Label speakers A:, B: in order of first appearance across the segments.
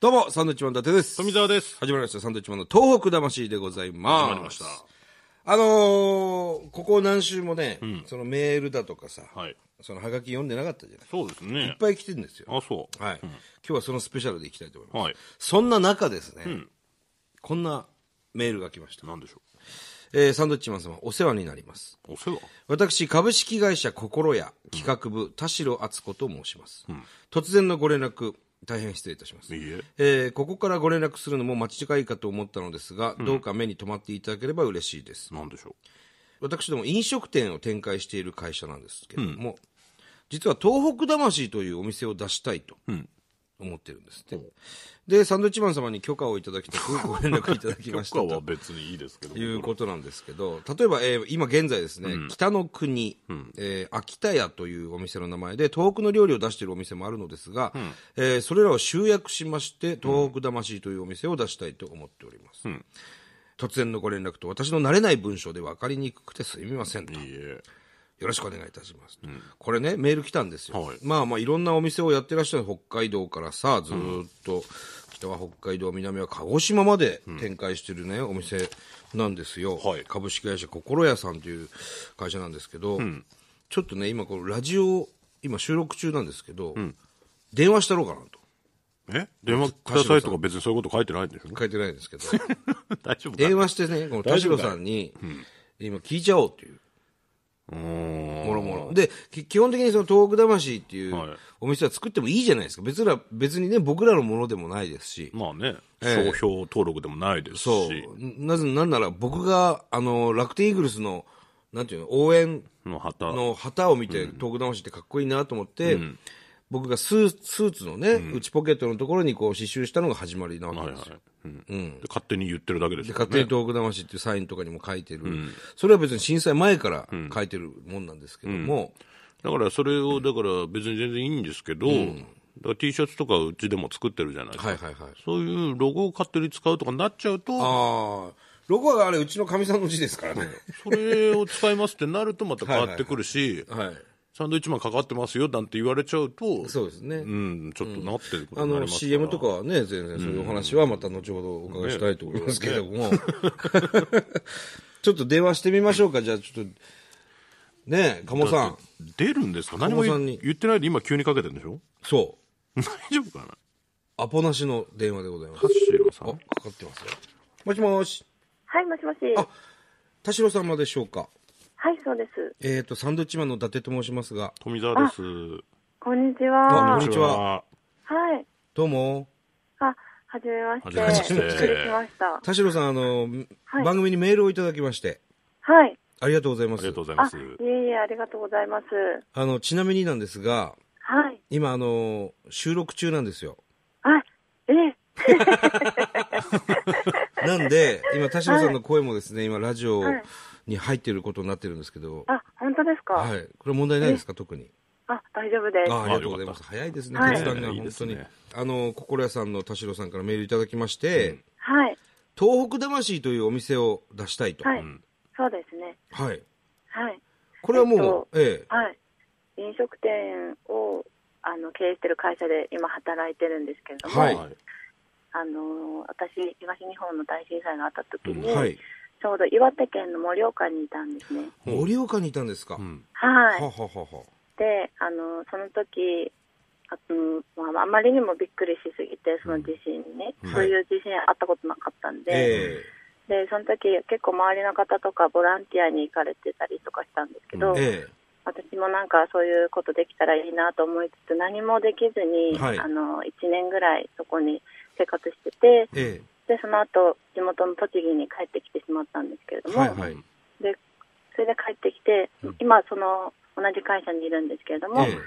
A: どうも、サンドウィッチマン伊達です。
B: 富澤です。
A: 始まりました、サンドウィッチマンの東北魂でございます。
B: 始まりました。
A: あのー、ここ何週もね、そのメールだとかさ、
B: はい。
A: そのハガキ読んでなかったじゃない。い
B: そうですね
A: っ。ぱい来てるんですよ。
B: あ、そう。
A: はい、今日はそのスペシャルでいきたいと思います。
B: はい。
A: そんな中ですね、こんなメールが来ました。
B: なんでしょ
A: えー、サンドウィッチマン様、お世話になります。
B: う。お世話
A: 私、株式会社心屋企画部、田代敦子と申します、突然のご連絡、大変失礼いたします。
B: いいえ。
A: えーここからご連絡するのも間違いかと思ったのですが、どうか目に留まっていただければ嬉しいです。
B: なんでしょ
A: 私ども飲食店を展開している会社なんですけれども、実は東北魂というお店を出したいと
B: うん
A: 思ってるんですって。で、サンドウィッチマン様に許可をいただきたくご連絡いただき
B: う。
A: ました
B: 許可
A: と。
B: は別にいいですけど。
A: いうことなんですけど、例えば、えー今現在ですね、北の国、えー秋田屋というお店の名前で、東北の料理を出しているお店もあるのですが、えーそれらを集約しまして、東北魂というお店を出したいと思っております。突然のご連絡と、私の慣れない文章で分かりにくくてすみませんと。
B: いいえ。
A: よろしくお願いいたします。これね、メール来たんですよ。
B: はい
A: まあまあ、いろんなお店をやってらっしゃる北海道からさ、ずーっと、北は北海道、南は鹿児島まで展開してるね、お店なんですよ。
B: はい
A: 株式会社心屋さんという会社なんですけど、ちょっとね、今このラジオ、今収録中なんですけど、電話したろうかなと。
B: え電話くださいとか別にそういうこと書いてないんでし ょ
A: 書いてないん ですけど、
B: 大丈夫か
A: 電話してね、この田代さんに、今聞いちゃおうっていう。
B: うーん。
A: もろもろ。で、き基本的にその東北魂っていう
B: はい
A: お店は作ってもいいじゃないですか。別ら、別にね、僕らのものでもないですし。
B: まあね、
A: ええ
B: 商標登録でもないですし。
A: そう。なぜ、なんなら僕が、あの、楽天イーグルスの、なんていうの、応援
B: の旗。
A: の旗を見て、東北魂ってかっこいいなと思って、僕がスースーツのね、内ポケットのところにこう刺繍したのが始まりなわけです
B: は
A: よ。
B: いはい。うん。で勝手に言ってるだけですよね。
A: 勝手に東北魂っていうサインとかにも書いてる、それは別に震災前から書いてるもんなんですけども、
B: だからそれを、だから別に全然いいんですけど、だから T シャツとかうちでも作ってるじゃないですか。
A: はいはいはい。
B: そういうロゴを勝手に使うとかになっちゃうと、
A: ああ、ロゴはあれ、うちのかみさんの字ですからね。
B: それを使いますってなるとまた変わってくるし、
A: はい。
B: サンドイッチマンかかってますよなんて言われちゃうと、
A: そうですね。
B: うん、ちょっとなってること
A: あ
B: になり
A: の、
B: ますから
A: CM とかはね、全然そういうお話はまた後ほどお伺いしたいと思いますけれども。 ちょっと電話してみましょうか、じゃあちょっと。ねえ、鴨さん。
B: 出るんですか何も
A: 小野さん
B: 言
A: に
B: 言ってないで今急にかけてるんでし ょ
A: そう。
B: 大丈夫かな
A: アポなしの電話でございます
B: 田。代さ
A: あ、か
B: ん。
A: かってますよ。もしもし。
C: はい、もしもし。
A: あ田代様でしょうか。
C: はい、そうです。
A: えっ、と、サンドウィッチマンの伊達と申しますが。
B: 富澤です。
C: こんにち
A: あ
C: は。
A: こんにちは。
C: はい。
A: どうも。
C: あ、はじめまして。
B: はじめまして
C: びっくりしました。
A: 田代さん、あの、
C: はい
A: 番組にメールをいただきまして、
C: はい。
A: ありがとうございま
B: あ
A: す。
B: りがとうござい
C: あ、
B: ます。
C: いえいえ、ありがとうございます。
A: あの、ちなみになんですが、
C: はい。
A: 今、あの、収録中なんですよ。
C: あ、ええ、
A: なんで、今、田代さんの声もですね、今、ラジオに入ってることになってるんですけど、
C: あ、本当ですか、
A: はい。これ問題ないですか、特に。
C: あ、大丈夫です。
A: ああ
C: は
A: りがとうございます。早いですね、
C: はい
A: 決断が、
B: いい
A: 本
B: です
A: 当
B: ね
A: に。あの、心屋さんの田代さんからメールいただきまして、
C: い。
A: 東北魂というお店を出したいと。
C: はい、
B: ん
C: そうですね。
A: はい。
C: はい。
A: これはもう、ええ。
C: はい。飲食店を、あの、経営してる会社で今働いてるんですけれども、
A: はい
C: あの、私、東日本の大震災があった時に、
A: はい。
C: ちょうど岩手県の盛岡にいたんですね。
A: 盛岡にいたんですか。
B: う
A: は
B: ん
C: はい。
A: ははは。
C: であのその時あ,、うんまあ、あまりにもびっくりしすぎてその地震にね、
A: うん
C: そういう地震あったことなかったんで,、
A: え
C: でその時結構周りの方とかボランティアに行かれてたりとかしたんですけど、
A: え。え
C: 私もなんかそういうことできたらいいなと思いつつ何もできずに、
A: はい
C: あの1年ぐらいそこに生活してて
A: え。え
C: でその後地元の栃木に帰ってきてしまったんですけれど
A: え。
C: も、
A: はいはい。
C: でそれで帰ってきて、今その同じ会社にいるんですけれども、
A: ええ。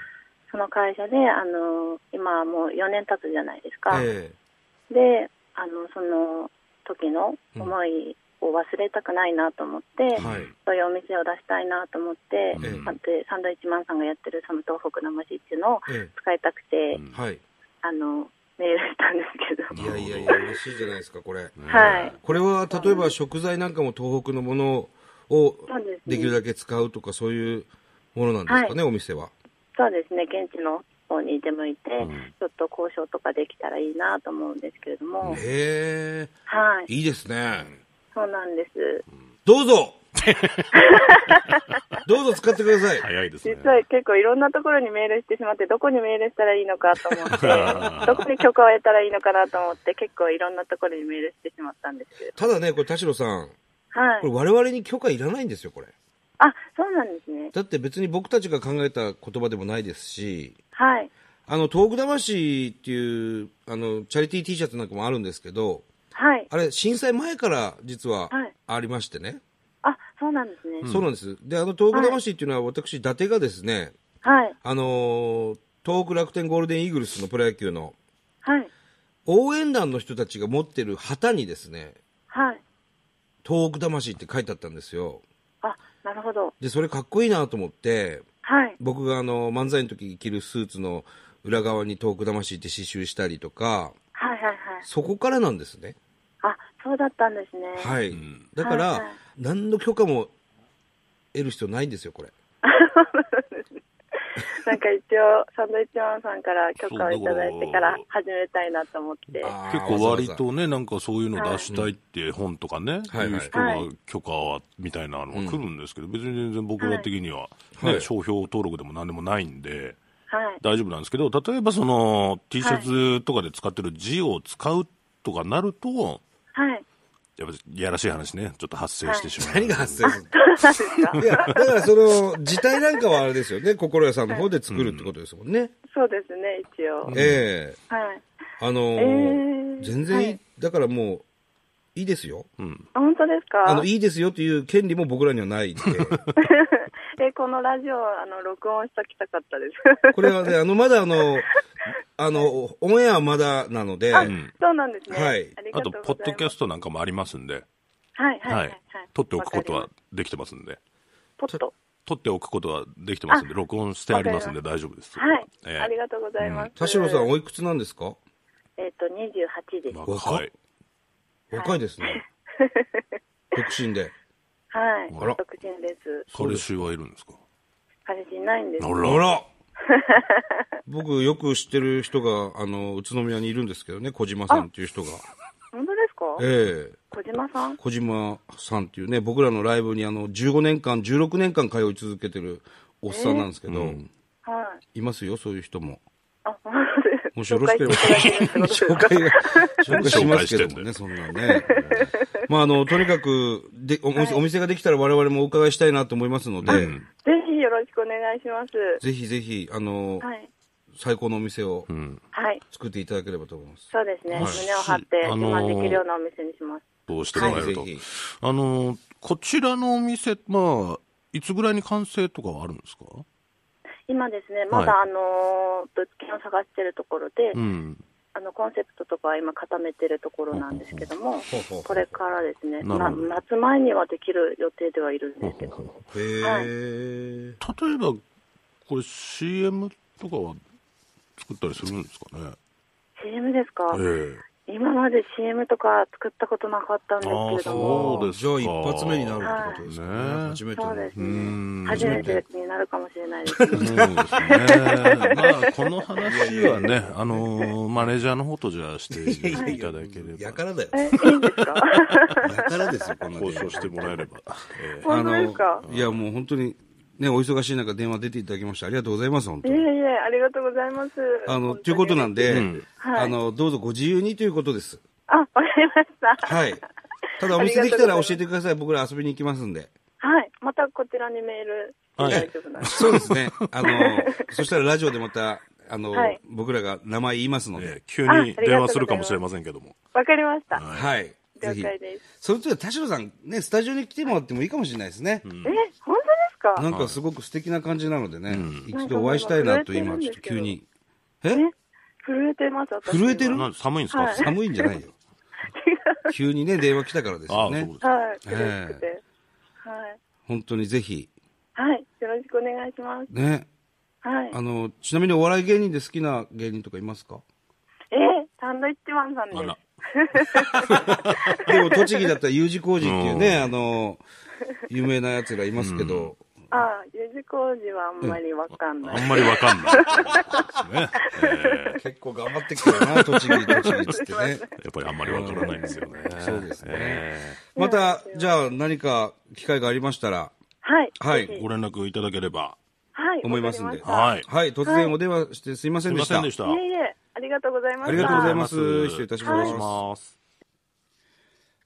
C: その会社で、あの今はもう4年経つじゃないですか。
A: え
C: で、あのその時の思いを忘れたくないなと思って、
A: え。はい。
C: そういうお店を出したいなと思って、
A: ええ
C: まあでサンドイッチマンさんがやってるその東北魂っていうのを
A: え
C: 使いたくて、
B: うん
A: え。はい。
C: あのメールしたんですけど。
A: いやいやいや、嬉しいじゃないですか、これ。
C: はい。
A: これは例えば食材なんかも東北のものを
C: そうですね
A: できるだけ使うとかそういうものなんですかね、お店は。
C: そうですね、現地の方に出向いて、ちょっと交渉とかできたらいいなと思うんですけれども、
A: へ
C: は
A: え
C: い、
A: いいですね
C: そうなんです。
A: どう ぞどうぞ使ってください、
B: 早いですね、
C: 実。は結構いろんなところにメールしてしまって、どこにメールしたらいいのかと思って どこに許可を得たらいいのかなと思って、結構いろんなところにメールしてしまったんですけど。
A: ただねこれ田代さん
C: は
A: これ
C: い。
A: 我々に許可いらないんですよこれ
C: あ、そうなんですね。
A: だって別に僕たちが考えた言葉でもないですし
C: はい。
A: あの東北魂っていうあのチャリティー T シャツなんかもあるんですけど
C: はい。
A: あれ震災前から実は
C: はい
A: ありましてね、
C: あ、そうなんですね。
A: そうなんですであの東北魂っていうのは私、伊達がですね
C: はい。
A: あのー東北楽天ゴールデンイーグルスのプロ野球の
C: はい。
A: 応援団の人たちが持ってる旗にですね
C: はい。
A: 東北魂って書いてあったんですよ
C: あ、なるほど。
A: でそれかっこいいなと思って
C: はい。
A: 僕があの漫才の時着るスーツの裏側に東北魂って刺繍したりとか
C: はいはいはい。
A: そこからなんですね
C: あ、そうだったんですね。
A: はい、
B: ん
A: だから、
C: はいはい
A: 何の許可も得る必要ないんですよこれ
C: なんか一応、サンドイッチマンさんから許可を
B: そう
C: い
B: だ
C: た
B: から
C: だいてから始めたいなと思って。は
A: あー
B: 結構割とね、なんかそういうの出したいって本とかね、
A: はい
B: いう人が許可は、みたいなのが来るんですけど、別に全然僕ら的には、ね
A: はい
B: 商標登録でも何でもないんで、
C: い。
B: 大丈夫なんですけど、例えばその T シャツとかで使ってる字を使うとかなると、
C: はい。
B: やっぱやらしい話ね、ちょっと発生してしまう。
A: 何が発生する
C: そうなんです か
A: いや、だからその、自体なんかはあれですよね、心屋さんの方で作るってことですもんね。
C: そうですね、一応。
A: ええ
C: はい。
A: あのー
C: えー
A: 全然いい、
C: はい
A: だからもう、いいですよ。
C: あ本当ですか
A: あの、いいですよという権利も僕らにはないんで、
C: え、このラジオ、あの、録音しときたかったです。
A: これはね、あの、まだあの、あの、オンエアはまだなので、
C: そうなんですね。
A: はい
C: あり
B: あ
C: が
B: と、
C: うございます
B: ポッドキャストなんかもありますんで、
C: はい、はい、
B: は
C: はいい。はい。
B: 取っておくこと
C: わ
B: は
C: かり
B: できてますんで、
C: ます。ポッと。
B: 取っておくことはできてますんで、録音してありますんで大丈夫です。
C: はい、
B: ええ
C: ありがとうございます。
A: 田代さんおいくつなんですか
C: えっ、と、28です。
B: 若い。
A: 若いです ね。独身で。
C: はい。
A: あら
C: 独身です。
B: 彼氏はいるんですか
C: 彼氏いないんです。
B: あ
A: あ
B: ら。
A: ら僕よく知ってる人が、あの、宇都宮にいるんですけどね、小島さんっていう人が。
C: 本当ですか
A: ええ
C: 小島さん
A: 小島さんっていうね、僕らのライブにあの15年間、16年間通い続けてるおっさんなんですけど、
C: はい。
A: いますよ、そういう人も。
C: あ、本当です。
A: もしよろしければ、
C: 紹介していただけるってことで
A: 紹
C: すか
A: 介が、紹介しますけども
B: 紹介
A: ね、そんなんね。まあ、あの、とにかく、で、お店、お店ができたら我々もお伺いしたいなと思いますので、
C: ぜひよろしくお願いします。
A: ぜひぜひ、あの、
C: はい。
A: 最高のお店を
C: はい。
A: 作っていただければと思います。
C: そうですね。
B: はい
C: 胸を張って、
B: あ
C: 自
B: のー
C: 慢できるようなお店にします。
B: どうしてもらえると。
A: はいぜひ
B: あの、こちらのお店、まあ、いつぐらいに完成とかはあるんですか
C: 今ですね、まだ、
B: は
C: あのー物件を探してるところで、
B: うん。
C: あの、コンセプトとかは今固めてるところなんですけども
A: ほうほうほう、
C: これからですね、
B: な
C: ま、
B: るほど
C: 夏前にはできる予定ではいるんですけど。
A: へー。
B: 例えば、これ CM とかは作ったりするんですかね
C: CM ですか、
B: え
C: 今まで CM とか作ったことなかったんですけれど
B: そ
C: も、
B: うですか
A: じゃあ、一発目になるってことですか
B: はい
A: ね。初めての
C: そうです
B: え。う
C: ね。
B: ん。
C: 初めてになるかもしれないです
B: そうで
C: ね。
B: すね。まあ、この話はね、あのマネージャーの方とじゃあしていただけれ
A: や
B: ば
A: か。らだよ。
C: え、いいんで すか
A: やからですよ、こんな
B: 交渉してもらえれば。ええ
A: あ
C: 本当ですか
A: の、いや、もう本当に、ね、お忙しい中電話出ていただきまして、ありがとうございます、本当
C: いえい
A: に。
C: え、ありがとうございます。
A: あの、
C: 本当に
A: ということなんで、
B: ん
A: あの、どうぞご自由にということです。
C: あ、わかりました。
A: はい。ただ、お店できたら教えてください。僕ら遊びに行きますんで。
C: はい。またこちらにメール、
B: はい
C: 大丈夫なんです
A: そう ですね。あの、そしたらラジオでまた、あの、
C: はい
A: 僕らが名前言いますの
B: ええ
A: で、
B: 急に電話するかもしれませんけども。
C: わかりました。
A: はい。ぜ
C: 了
A: ひ。
C: 解です。
A: それとは田代さん、ね、スタジオに来てもらってもいいかもしれないですね。
C: え、本当
A: な
C: ですか
A: んかすごく素敵な感じなのでね、一度お会いしたいなと、今、ちょっと急に。え
C: え震えてます、私。
A: 震えてる
B: なん寒いんですか、
C: はい
A: 寒いんじゃ ないよ。急にね、電話来たからです
B: あ
A: よ
B: あ、そう
A: ね。
B: ですか。
C: はい。嬉しくて。はい。
A: 本当にぜひ。
C: はい。よろしくお願いします。
A: ね。
C: はい。
A: あの、ちなみにお笑い芸人で好きな芸人とかいますか
C: えサンドイッチマンさんです。
B: あら。
A: でも、栃木だったら U 字工事っていうね、あの、有名なやつがいますけど、
C: ああ、十字工事はあんまりわかんない。
B: あんまりわか んない。ねえ
A: 結構頑張ってきたよな、栃木、栃木っつってね。
B: ーやっぱりあんまりわからないんですよね。
A: そうですね
B: え
A: また、じゃあ何か機会がありましたら、
C: はい。
A: はい
C: ぜ
B: ー
C: ひ
B: ご連絡いただければ。
C: はい。
A: 思いますんで
C: わかりまし
B: はい。
A: はい、突然お電話してすいませ
B: す
A: んで
B: みま
A: した。
B: せんでした。
C: たいえいえ、ありがとうございました。
A: ありがとうございます
B: はい
A: 失礼いたします
B: 失礼ます。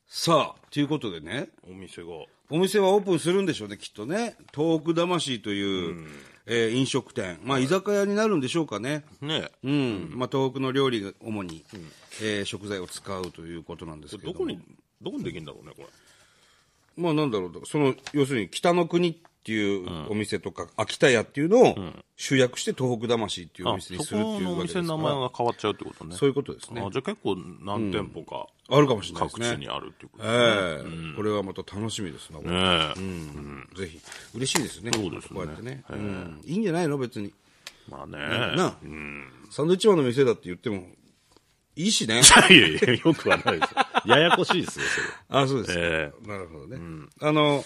A: さあ、ということでね、
B: お店が。
A: お店はオープンするんでしょうね、きっとね。東北魂という、えー飲食店。まあ、居酒屋になるんでしょうかね。
B: ね
A: うん。まあ、東北の料理が主に、えー食材を使うということなんですけど
B: ど
A: も。
B: こに、どこにできるんだろうね、これ。
A: まあ、なんだろうと、その、要するに北の国っていうお店とか、秋田屋っていうのを集約して東北魂っていうお
B: あ、
A: 店
B: そ
A: にするって
B: こ
A: い
B: の
A: う
B: お
A: わけですか
B: 店
A: ら
B: の名前が変わっちゃうってことね。
A: そういうことですね
B: あ。じゃあ結構何店舗か
A: あるかもしれないです
B: 各
A: ね。
B: 地にあるっていうこと
A: え
B: ね。
A: えこれはまた楽しみですな、
B: ねえ
A: ぜひ。嬉しいですね。
B: そうですね
A: こうやってね。うん。いいんじゃないの別に。
B: まあね。
A: なあサンドウィッチマンの店だって言っても、いいし ね。
B: いやいや、よくはないですよ。ややこしいですよ、それ。
A: あ、そうですか。
B: え
A: なるほどね。あの、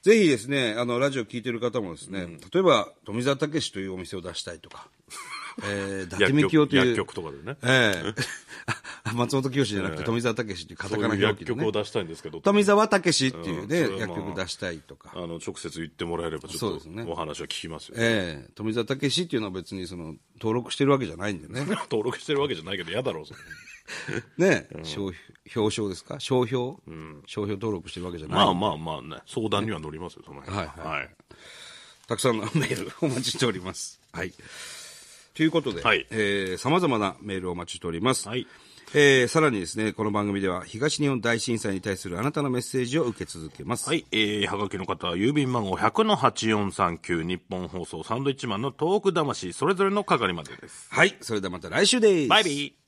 A: ぜひですね、あの、ラジオ聞いてる方もですね、例えば、富澤たけしというお店を出したいと か、えー、伊達みきおという。
B: 薬局とかでね。
A: ええ あ松本清じゃなくて富澤たけしっていうカタ
B: そう
A: カナ
B: いう
A: 表
B: 薬
A: 記で
B: 局
A: ね。
B: を出したいんですけど、
A: 富澤たけしっていうね、
B: うんそれは
A: 薬
B: まあ
A: 局出したいとか
B: あ。の、直接言ってもらえれば、ち
A: そう
B: ょ
A: で
B: っ
A: すね
B: とお話は聞きますよ。
A: ええ富澤たけしっていうのは別にその、登録してるわけじゃないんでね。
B: 登録してるわけじゃないけど、嫌だろ う、それ
A: ね、商標表彰ですか商標、商標登録してるわけじゃない。
B: まあまあまあね、相談には乗りますよ、その辺
A: はいはい
B: はい。
A: たくさんのメールお待ちしており ます。はい。ということで、
B: はい
A: えー、様々なメールをお待ちしております。
B: はい
A: えー、さらにですね、この番組では東日本大震災に対するあなたのメッセージを受け続けます。
B: はい、えー、はがきの方は郵便番号100-8439日本放送サンドイッチマンのトーク魂それぞれの係までです。
A: はい。それではまた来週です。
B: バイビー